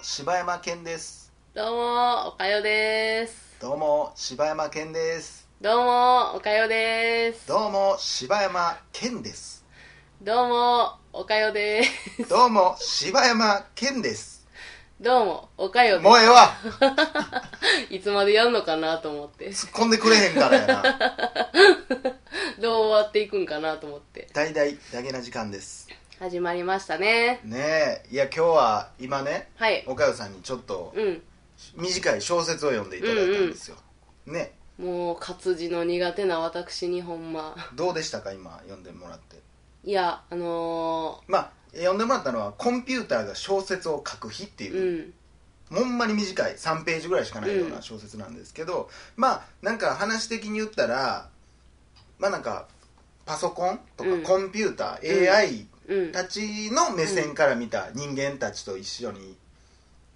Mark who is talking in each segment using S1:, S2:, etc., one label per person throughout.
S1: 柴山健です
S2: どうも、おかよです。
S1: どうも柴山健です
S2: どうも、おかよです。
S1: どうも柴山健です
S2: どうも、おかよです。
S1: どうも柴山健です
S2: どうも、おかよ
S1: もう
S2: で
S1: ええわ
S2: す。いつまでやんのかなと思って。
S1: 突っ込んでくれへんからやな
S2: どう終わっていくんかなと思って。
S1: 大々だけな時間です
S2: 始まりましたね。
S1: ねえいや今日は今ね
S2: はい。
S1: 岡代さんにちょっと
S2: うん。
S1: 短い小説を読んでいただいたんですよ、ね
S2: もう、活字の苦手な私にほんま。
S1: どうでしたか今読んでもらって
S2: いや、あの
S1: まあ読んでもらったのは「コンピューターが小説を書く日」って
S2: ー、
S1: いうう、
S2: ん。
S1: ほんまに短い3ページぐらいしかないよう
S2: う
S1: なん小説なんですけど、まあなんか話的に言ったらまあなんかパソコンとか
S2: うん
S1: コンピューター、
S2: うん
S1: AI
S2: うん。
S1: たちの目線から見た人間たちと一緒に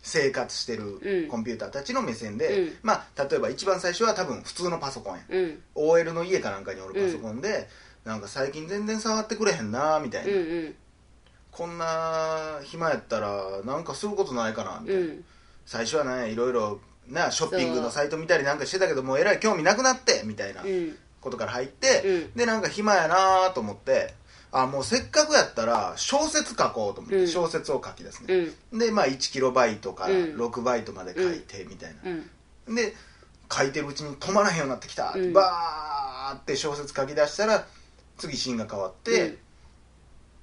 S1: 生活して
S2: う
S1: る
S2: ん
S1: コンピューターたちの目線で、
S2: うん
S1: まあ例えば一番最初は多分普通のパソコンや
S2: うん。
S1: OL の家かなんかにおるパソコンで、なんか最近全然触ってくれへんなみたい
S2: うん
S1: な、
S2: うん。
S1: こんな暇やったらなんかすることないかなみたいな、
S2: うん。
S1: 最初はねいろいろなショッピングのサイト見たりなんかしてたけどもうえらい興味なくなってみたいな
S2: うん。
S1: ことから入って、
S2: うん
S1: でなんか暇やなと思ってあもうせっかくやったら小説書こうと思って、
S2: うん
S1: 小説を書きです
S2: う
S1: ね、
S2: ん。
S1: でまあ1キロバイトから
S2: うん
S1: 6バイトまで書いてみたいな、
S2: うん。
S1: で書いてるうちに止まらへんようになってきた、
S2: うん
S1: バーって小説書き出したら次シーンが変わって、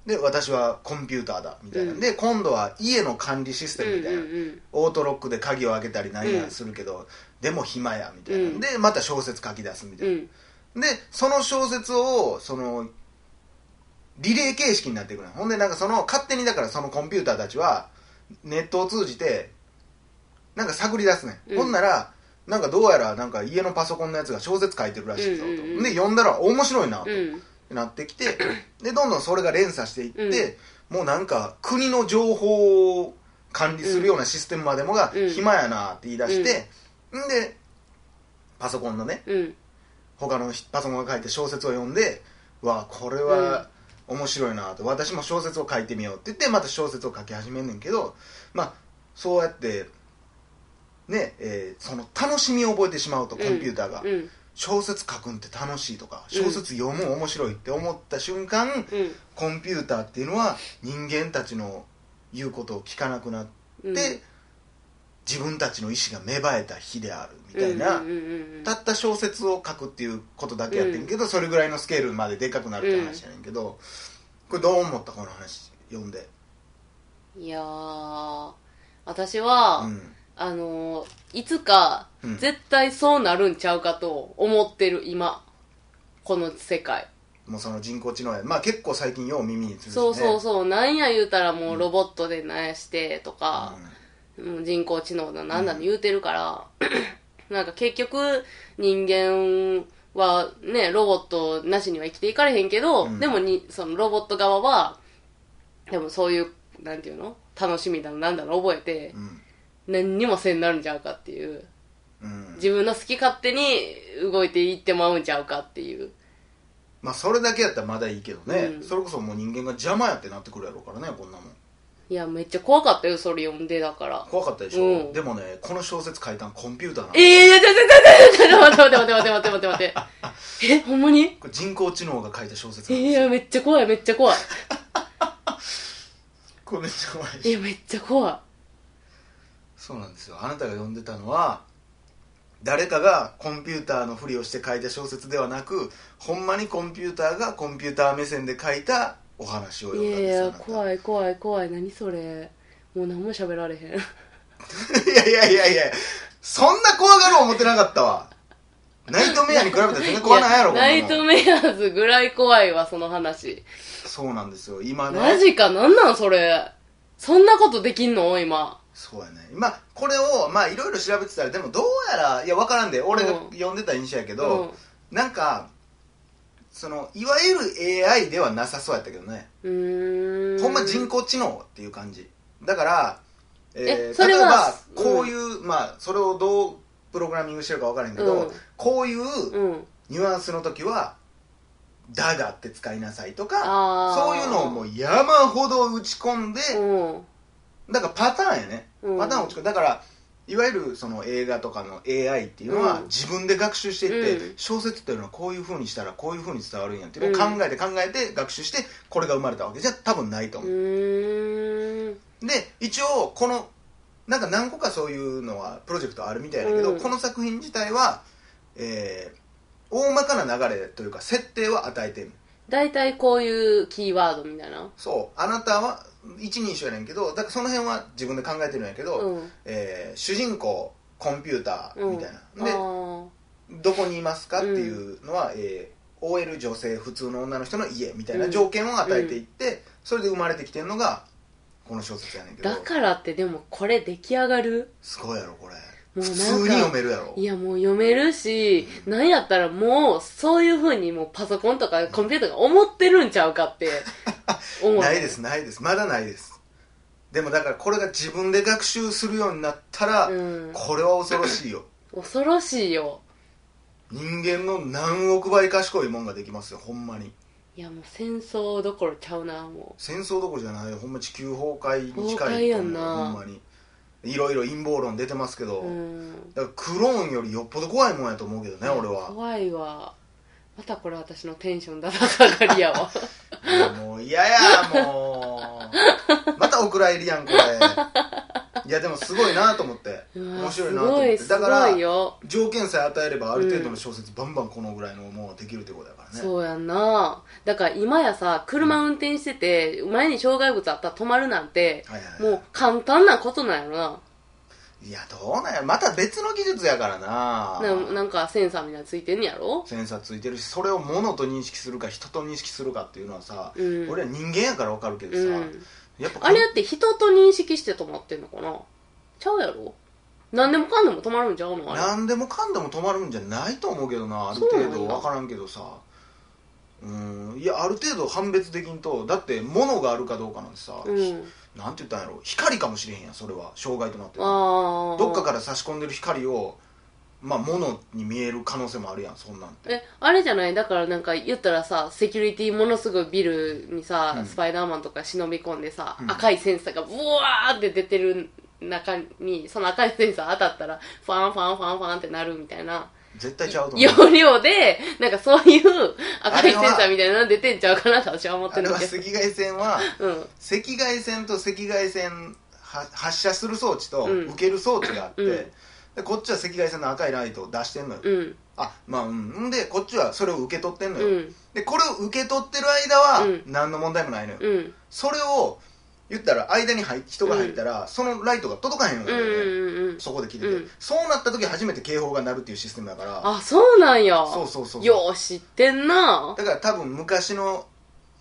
S1: で私はコンピューターだみたいな、
S2: うん
S1: で今度は家の管理シス
S2: う
S1: テ
S2: ん、
S1: ムみたいな、
S2: うんうん
S1: オートロックで鍵を開けたりなん
S2: う
S1: や
S2: ん
S1: するけど、でも暇やみたいな、
S2: うん
S1: でまた小説書き出すみた
S2: う
S1: い
S2: ん。う
S1: な、
S2: ん。
S1: でその小説をそのリレー形式になっていくのよほんでなんかその勝手にだからそのコンピューターたちはネットを通じてなんか探り出すね、
S2: うん
S1: ほんならなんかどうやらなんか家のパソコンのやつが小説書いてるらしいぞと、
S2: うんうんうん
S1: で読んだら面白いなと
S2: うん。
S1: なってきてでどんどんそれが連鎖していって、もうなんか国の情報を管理するようなシステムまでもが
S2: うん
S1: 暇やなって言い出して、んでパソコンのね
S2: うん。
S1: 他のひパソコンが書いて小説を読んでわあこれは面白いなと私も小説を書いてみようって言ってまた小説を書き始めんねんけどまあそうやってねえーその楽しみを覚えてしまうとコンピューターが。
S2: うん。
S1: 小説書くんって楽しいとか
S2: うん
S1: 小説読む面白いって思った瞬間、
S2: うん。
S1: コンピューターっていうのは人間たちの言うことを聞かなくなって、
S2: うん。
S1: 自分たちの意志が芽生えた日であるみたいな、
S2: うんうんうんうん
S1: たった小説を書くっていうことだけやってんけど、それぐらいのスケールまででかくなるって話やねんけど、これどう思ったこの話読んで、
S2: いやー私は、
S1: うん
S2: あのーいつか
S1: うん
S2: 絶対そうなるんちゃうかと思ってる今この世界、
S1: もうその人工知能やまあ結構最近よう耳につるし、ね、
S2: そうそうそうなんや言うたらも
S1: う
S2: うんロボットでなんやしてとか、うん人工知能だなんだって言うてるから、 なんか結局人間はねロボットなしには生きていかれへんけど、
S1: うん
S2: でもにそのロボット側はでもそういうなんていうの楽しみだのなんだの覚えて、
S1: うん
S2: 何にもせんなるんちゃうかっていう
S1: うん
S2: 自分の好き勝手に動いていってまうんちゃうかっていう
S1: まあそれだけやったらまだいいけどね、
S2: うん
S1: それこそもう人間が邪魔やってなってくるやろうからねこんなもん
S2: いやめっちゃ怖かったよそれ読んでだから
S1: 怖かったでしょ、
S2: うん
S1: でもねこの小説書いたんコンピューターなの
S2: ええちょちょちょちょちょちょちょ待って待って待って待って待って待ってえほんまに
S1: これ人工知能が書いた小説
S2: え
S1: なんです
S2: いやめっちゃ怖いめっち ゃ怖い
S1: これめっちゃ怖いでしょ
S2: えめっちゃ怖い
S1: そうなんですよあなたが読んでたのは誰かがコンピューターのふりをして書いた小説ではなくほんまにコンピューターがコンピューター目線で書いたお話を
S2: い
S1: 読んだん
S2: や
S1: で
S2: い
S1: すよ
S2: や
S1: い
S2: 怖い怖い怖い何それもう何も喋られへん
S1: いやいやいやいやそんな怖がる思ってなかったわナイトメアに比べたら全然怖ないやろこ
S2: い
S1: んなも
S2: ナ
S1: ん
S2: イトメアーズぐらい怖いわその話
S1: そうなんですよ今ね
S2: マジかなんなんそれそんなことできんの今
S1: そうやねまあこれをまあいろいろ調べてたらでもどうやらいや分からんで俺が
S2: うん
S1: 読んでた印象やけ
S2: う
S1: ど、なんかそのいわゆる AI ではなさそうやったけどね、
S2: うーん
S1: ほんま人工知能っていう感じだから、え
S2: え
S1: ー
S2: それ
S1: 例え
S2: は
S1: ば
S2: うん
S1: こういう、まあそれをどうプログラミングしてるか分からへんけど、
S2: うん
S1: こういう
S2: うん
S1: ニュアンスの時は「だが」って使いなさいとか
S2: あー
S1: そういうのをもう山ほど打ち込んで、
S2: うん
S1: だからパターンやね、
S2: うん
S1: パターンを作るだからいわゆるその映画とかの AI っていうのは
S2: うん
S1: 自分で学習していって、
S2: うん
S1: 小説というのはこういうふうにしたらこういうふうに伝わるんやっていうのを考えて考えて学習してこれが生まれたわけじゃ多分ないと
S2: う
S1: 思う、
S2: ーん
S1: で一応このなんか何個かそういうのはプロジェクトあるみたいだけど、
S2: うん
S1: この作品自体は、えー大まかな流れというか設定は与えてる
S2: 大体こういうキーワードみたいな
S1: そうあなたは一人称やねんけどだからその辺は自分で考えてるんやけど、
S2: うん
S1: えー主人公コンピューターみたいな、
S2: うん、あー
S1: でどこにいますかっていうのは、えー OL 女性普通の女の人の家みたいな条件を与えていって、それで生まれてきてるのがこの小説やねんけど
S2: だからってでもこれ出来上がる
S1: すごいやろこれ
S2: もう
S1: 普
S2: なんか
S1: 通に読めるやろ
S2: いやもう読めるし、なんやったらもうそういう風にもうパソコンとかコンピューターが思ってるんちゃう かって思う。
S1: ないで。すないですまだないですでもだからこれが自分で学習するようになったら、
S2: うん。
S1: これは恐ろしいよ
S2: 恐ろしいよ。
S1: 人間の何億倍賢いもんができますよほんまに
S2: いやもう戦争どころちゃうな、も
S1: 戦争どころじゃないよほんま地球崩壊に近い
S2: 崩壊やんな
S1: ほんまにいろいろ陰謀論出てますけど、
S2: う。うん。
S1: だからクローンよりよっぽど怖いもんやと思うけどね俺は
S2: 怖いわ。またこれ私のテンションだだ下がりやわ。
S1: もう嫌やもうまたお蔵入りや んこれいやでもすごいなと思って
S2: うわ
S1: 面白いなと思って
S2: す
S1: だ
S2: ごい、
S1: か
S2: す
S1: ら
S2: ごいよ。
S1: 条件さえ与えればある程度の小説バンバンこのぐらいのものができるってことだからね
S2: そうやんな。だから今やさ、車運転してて、前に障害物あったら止まるなんて、
S1: はいはいはい、
S2: もう簡単なことなんやろな。
S1: いやどうなんやまた別の技術やからな
S2: ななんかセンサーみたいなのついてんやろ
S1: センサーついてるしそれを物と認識するか人と認識するかっていうのはさ、
S2: うん
S1: 俺は人間やから分かるけどさ、
S2: うん
S1: やっぱこ
S2: あれだって人と認識して止まってんのかなちゃうやろ何でもかんでも止まるんちゃうのあれ
S1: 何でもかんでも止まるんじゃないと思うけどなある
S2: そう
S1: 程
S2: なん
S1: 度
S2: や
S1: 分からんけどさうんいやある程度判別できんとだって物があるかどうかなんてさ、
S2: うん
S1: なんて言ったんやろ光かもしれへんやんそれは障害となってる
S2: ああ
S1: どっかから差し込んでる光をまあ物に見える可能性もあるやんそんなん
S2: えあれじゃないだからなんか言ったらさセキュリティものすごいビルにさ、
S1: うん
S2: スパイダーマンとか忍び込んでさ、
S1: うん
S2: 赤いセンサーがブワーって出てる中にその赤いセンサー当たったらファンファンファンファンってなるみたいな
S1: 絶対ちゃうと思う
S2: 要領でなんかそういう赤いセンサーみたいなの出てんちゃうかなと私は思っ
S1: あ
S2: て
S1: れ
S2: るん
S1: は
S2: だけど
S1: 赤外線は
S2: うん
S1: 赤外線と赤外線は発射する装置と
S2: うん
S1: 受ける装置があって、
S2: うん
S1: でこっちは赤外線の赤いライトを出してんのよ、
S2: うん
S1: あまあうんんでこっちはそれを受け取ってんのよ、
S2: うん
S1: でこれを受け取ってる間は
S2: うん
S1: 何の問題もないのよ、
S2: うん
S1: それを言ったら間に入っ人が入ったら、そのライトが届かへんの
S2: うん
S1: よ、
S2: う
S1: ね
S2: んうんうん
S1: そこで切れて、
S2: うん
S1: そうなった時初めて警報が鳴るっていうシステムだから
S2: あそうなんや
S1: そうそうそう
S2: よう知ってんな
S1: だから多分昔の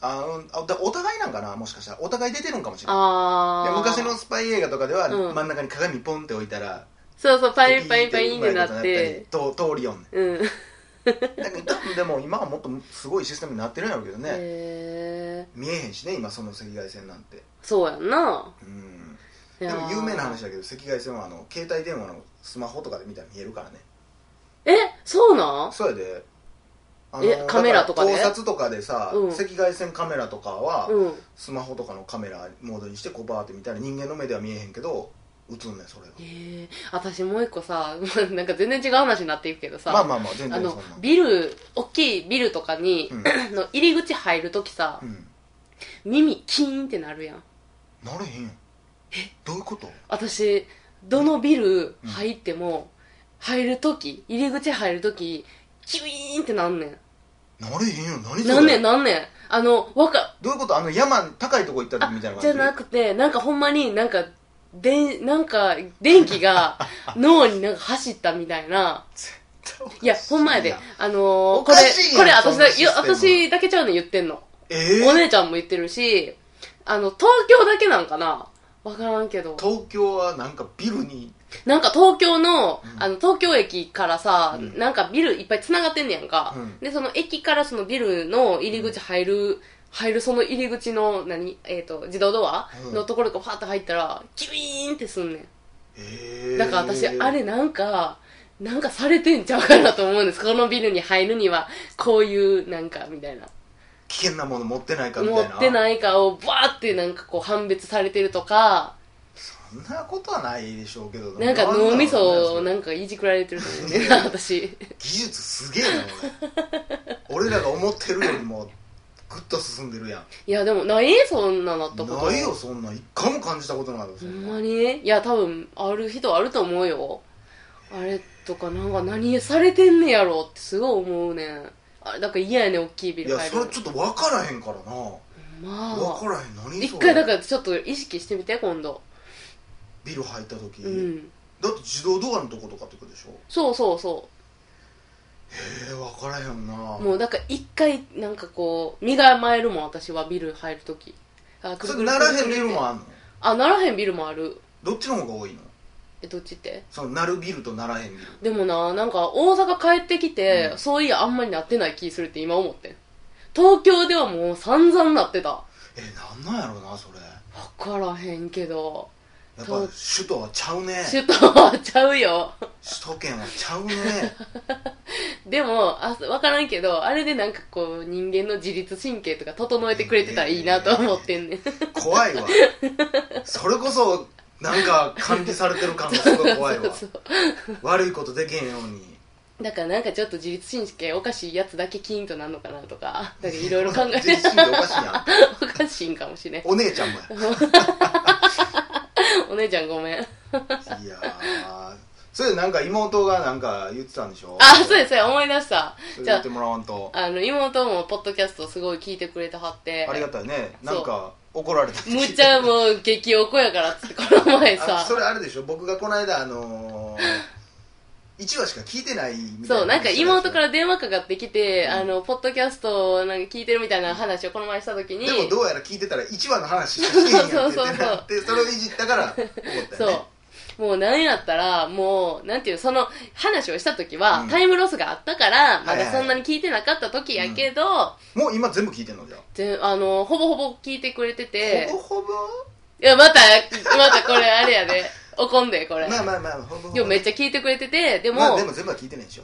S1: あうんあだお互いなんかなもしかしたらお互い出てるんかもしれない
S2: あ
S1: で
S2: あ
S1: 昔のスパイ映画とかでは
S2: うん
S1: 真ん中に鏡ポンって置いたら、
S2: そうそうパインパインパインってなっ
S1: うまいこ
S2: て
S1: となったりと通りよんね
S2: うんへ
S1: んだけど多分でも今はもっとすごいシステムになってるんやろうけどね、
S2: え
S1: 見えへんしね今その赤外線なんて
S2: そうやんな
S1: うん
S2: い
S1: で
S2: やー
S1: も有名な話だけど赤外線はあの携帯電話のスマホとかで見たら見えるからね
S2: えそうなん
S1: そうやであ
S2: えカメラとかで
S1: だら盗撮とかでさ、
S2: うん
S1: 赤外線カメラとかは、
S2: うん
S1: スマホとかのカメラモードにしてこうバーって見たら人間の目では見えへんけど映んねんそれが
S2: へえ私もう一個さ なんか全然違う話になっていくけどさ
S1: まあまあまあ全
S2: あ
S1: 然そん
S2: の
S1: な
S2: ビル大きいビルとかに
S1: う
S2: の入り口入るときさ
S1: ん、うん、
S2: 耳キーンってなるやん
S1: なれへんやんえどういうこと
S2: 私どのビル入っても入るとき入り口入るときキュイーンってなんね
S1: なれへんやん何そ
S2: ん
S1: れ
S2: なんねんなんねんあのわか
S1: どういうことあの山高いとこ行った時みたいな感
S2: じ
S1: じ
S2: ゃなくてなんかほんまになんかでんなんか電 気が脳になんか走ったみたいな
S1: く
S2: いやほんまやであのー
S1: お
S2: こ
S1: かしい
S2: れこれ
S1: やん
S2: 私だ
S1: そんなシステム
S2: 私だけちゃうねん言ってんの
S1: え
S2: お
S1: ー、
S2: 姉ちゃんも言ってるしあの東京だけなんかなわからんけど
S1: 東京はなんかビルに
S2: なんか東京の,、
S1: うん
S2: あの東京駅からさ、
S1: うん
S2: なんかビルいっぱい繋がってんねやんか、
S1: うん
S2: でその駅からそのビルの入り口入る、入るその入り口の何、えー、と自動ドア
S1: うん
S2: のところがパッと入ったらキュイーンってすんね
S1: えー、
S2: んだから私あれなんかなんかされてんちゃうかなと思うんですこのビルに入るにはこういうなんかみたいな
S1: 危険なもの持ってないかみた
S2: 持
S1: いな
S2: って
S1: い
S2: ないかをバーってなんかこう判別されてるとか
S1: んなことはないでしょうけど
S2: なんか脳みそを
S1: 技
S2: なんかいじくられてると思うねんな私
S1: 術すげえな俺俺らが思ってるよりもぐっと進んでるやん
S2: いやでもないそんななったこと
S1: ないよそんなん一回も感じたことなかった
S2: ほ
S1: そ
S2: ん
S1: ん
S2: ま
S1: な
S2: にいや多分ある人あると思うよあれとかなんか何されてんねやろってすごい思うねんあれだから嫌やねん大きいビ
S1: い
S2: ル
S1: や
S2: 買える
S1: それちょっと分からへんからな
S2: ま
S1: 分か
S2: あ
S1: らへん何それ
S2: 一回だからちょっと意識してみて今度
S1: ビル入った時、
S2: うん
S1: だって自動ドアのとことかってことでしょ
S2: そうそうそ
S1: ええ分からへんな
S2: うもうだから一回なんかこう身構えるもん私はビル入るときあくる
S1: そ
S2: く
S1: れな
S2: るく
S1: ら
S2: るく
S1: へ
S2: る
S1: んビル
S2: って
S1: もあんの
S2: あならへんビルもある
S1: どっちの方が多いの
S2: えどっちって
S1: そのなるビルとならへんビル
S2: でもななんか大阪帰ってきて、
S1: うん
S2: そういやあんまりなってない気するって今思ってん東京ではもう散々なってた
S1: えなんなんやろうなそれ
S2: 分からへんけど
S1: やっぱ
S2: そう
S1: 首都はちゃうね
S2: 首都はちゃうよ
S1: 首都圏はちゃうね
S2: でもあ分からんけどあれでなんかこう人間の自律神経とか整えてくれてたらいいなと思ってんねん
S1: 怖 いわそれこそなんか管理されてる感がすごい怖いわ
S2: そう
S1: 悪いことできへんように
S2: だからなんかちょっと自律神経おかしいやつだけキーンとなんのかなとかなんかいろいろ考え
S1: 自
S2: て
S1: 律神経おかしいやん
S2: おかしいんかもしれん
S1: お姉ちゃ んもや
S2: お姉ちゃんごめん
S1: いやーそれでなんか妹がなんか言ってたんでしょ
S2: あそうですそうや思い出した
S1: それ
S2: じゃ
S1: 言
S2: あ
S1: ってもらわんと
S2: あの妹もポッドキャストすごい聞いてくれてはって
S1: ありがたいね
S2: そう
S1: なんか怒られた
S2: むっちゃもう激おこやからっつってこの前
S1: あ
S2: さ
S1: それあれでしょ僕がこの間あのー、1話しか聞いてないみたいな
S2: そうなんか妹からら電話かかってきて、
S1: うん
S2: あのポッドキャストをなんか聞いてるみたいな話をこの前した時に
S1: でもどうやら聞いてたら1話の話しかしてへんやんって
S2: そうそうそう
S1: なってそれをいじったから怒ったよね
S2: そうもうなんやったらもうなんていうその話をした時は、
S1: うん
S2: タイムロスがあったからま
S1: はい
S2: だ
S1: はい
S2: そんなに聞いてなかった時やけど、
S1: もう今全部聞いてんのじゃあ
S2: であのほぼほぼ聞いてくれてて
S1: ほぼほぼ
S2: いやまたまたこれあれやで怒んでこれ、
S1: まあまあまあほぼほぼ
S2: でもめっちゃ聞いてくれててでも,、
S1: まあでも全部は聞いてないでしょ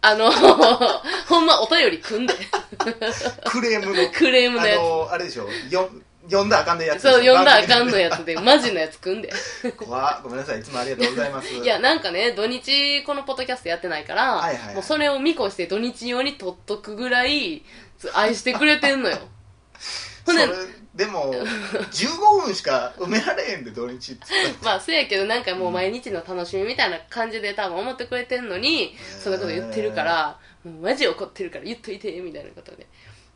S2: あの、 ほんまお便り くんで。
S1: クレームの
S2: クレームのやつ
S1: あのーあれでしょよ読んだらあかんのやつでしょ
S2: そう、読んだらあかんのやつで、マジのやつくんで。
S1: 怖っごめんなさいいつもありがとうございます
S2: いや、なんかね、土日このポッドキャストやってないから、
S1: はいはいはい
S2: もうそれを見越して土日用に取っとくぐらい、つ愛してくれてんのよ。 ほんで
S1: それでも15分しか埋められへんで土日っつったら
S2: まあ、せやけどなんかもう毎日の楽しみみたいな感じで多分思ってくれてんのに、そんなこと言ってるから、もうマジ怒ってるから言っといて、みたいなことで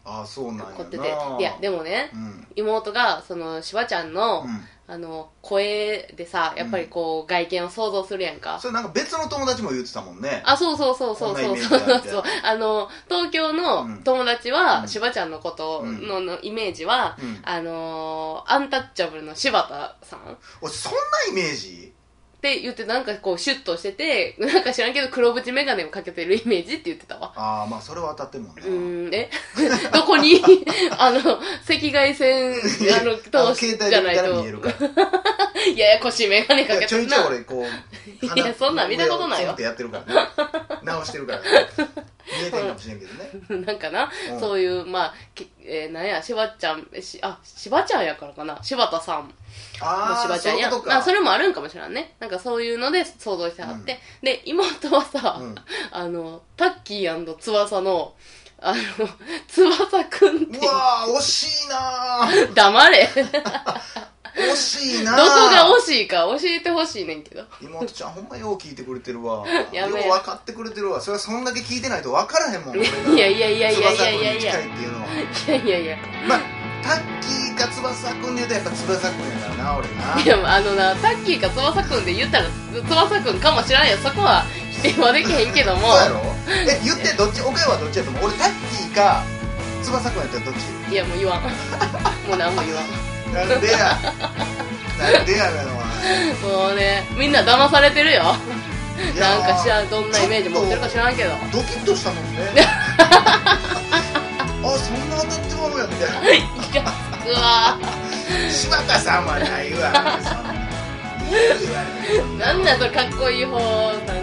S1: ああそうなんやな
S2: 怒ってて。いや、でもね
S1: う、ん
S2: 妹が、その、しばちゃんの、
S1: うん
S2: あの、声でさ、やっぱりこう、外見を想像するやんか。
S1: それなんか別の友達も言ってたもんね
S2: あ、そうそうそうそう
S1: こんなイメー
S2: そう
S1: ジ
S2: そう
S1: だみ
S2: そ
S1: た
S2: う
S1: いな
S2: あの、東京の
S1: うん
S2: 友達は、
S1: うん
S2: しばちゃんのことの,、のイメージは、
S1: うん
S2: あのーアンタッチャブルの柴田さんっ
S1: 俺そんなイメージ
S2: て言って、なんかこう、シュッとしてて、なんか知らんけど黒縁メガネをかけてるイメージって言ってたわ。
S1: ああまあそれは当たってるもんな
S2: うーん、え どこに、 あの、赤外線、あの、
S1: あの
S2: 通し
S1: 携
S2: じ
S1: 帯で
S2: ゃな
S1: 見
S2: い
S1: たら
S2: と
S1: 見え、る から
S2: ややこしいメガネか
S1: い
S2: け
S1: やちょ
S2: て
S1: い
S2: る
S1: ち
S2: な
S1: ょい。俺こう
S2: いやそんなん見たことな
S1: 鼻の上を
S2: いわ
S1: ツンってやってるから ね直してるからね見えてんかもしれんけどね
S2: なんかな、
S1: うん
S2: そういう、まあ、けえーなんや、しばちゃん、えし、あ、しばちゃんやからかな、柴田さんも
S1: あ
S2: し
S1: あ
S2: ばち
S1: そ
S2: ゃ
S1: うんいう
S2: や。
S1: こと
S2: まあ
S1: か
S2: それもあるんかもしれんね。なんかそういうので想像してはって。で、妹はさ、
S1: うん
S2: あの、タッキー翼の、あの、 翼くんっていう
S1: う、わー惜しいなー
S2: 黙れ。
S1: 惜しい
S2: ど
S1: な
S2: こが惜しいか教えてほしいねんけど。
S1: 妹ちゃんほんまよう聞いてくれてるわ
S2: やめ
S1: よう分かってくれてるわそれはそんだけ聞いてないと分からへんもん俺が
S2: いやいやいやいやいやいやいや
S1: 翼くんに近いっていうのはい
S2: やいやいや。
S1: まあタッキーか翼くんで言うとやっぱ翼くんやからな俺ない
S2: や、あのな、タッキーか翼くんで言ったら、翼くんかもしれんよ。そこは否定はできへんけども。
S1: そうやろえ言ってどっち岡山はどっちやと思う俺タッキーか翼くんやったらどっち
S2: いや、もう言わん。 もう何も言わん。
S1: なんでやなんでやなの
S2: もうね、みんな騙されてるよ。
S1: いや
S2: な
S1: ー
S2: んか知らん、どんなイメージ持ってるか知らんけど。
S1: ドキッとしたもんね あそんな当たってものやみたいない
S2: や、うわ
S1: 柴田さんはないわ。そんないいわ
S2: ぁ。なんだそれかっこいい方な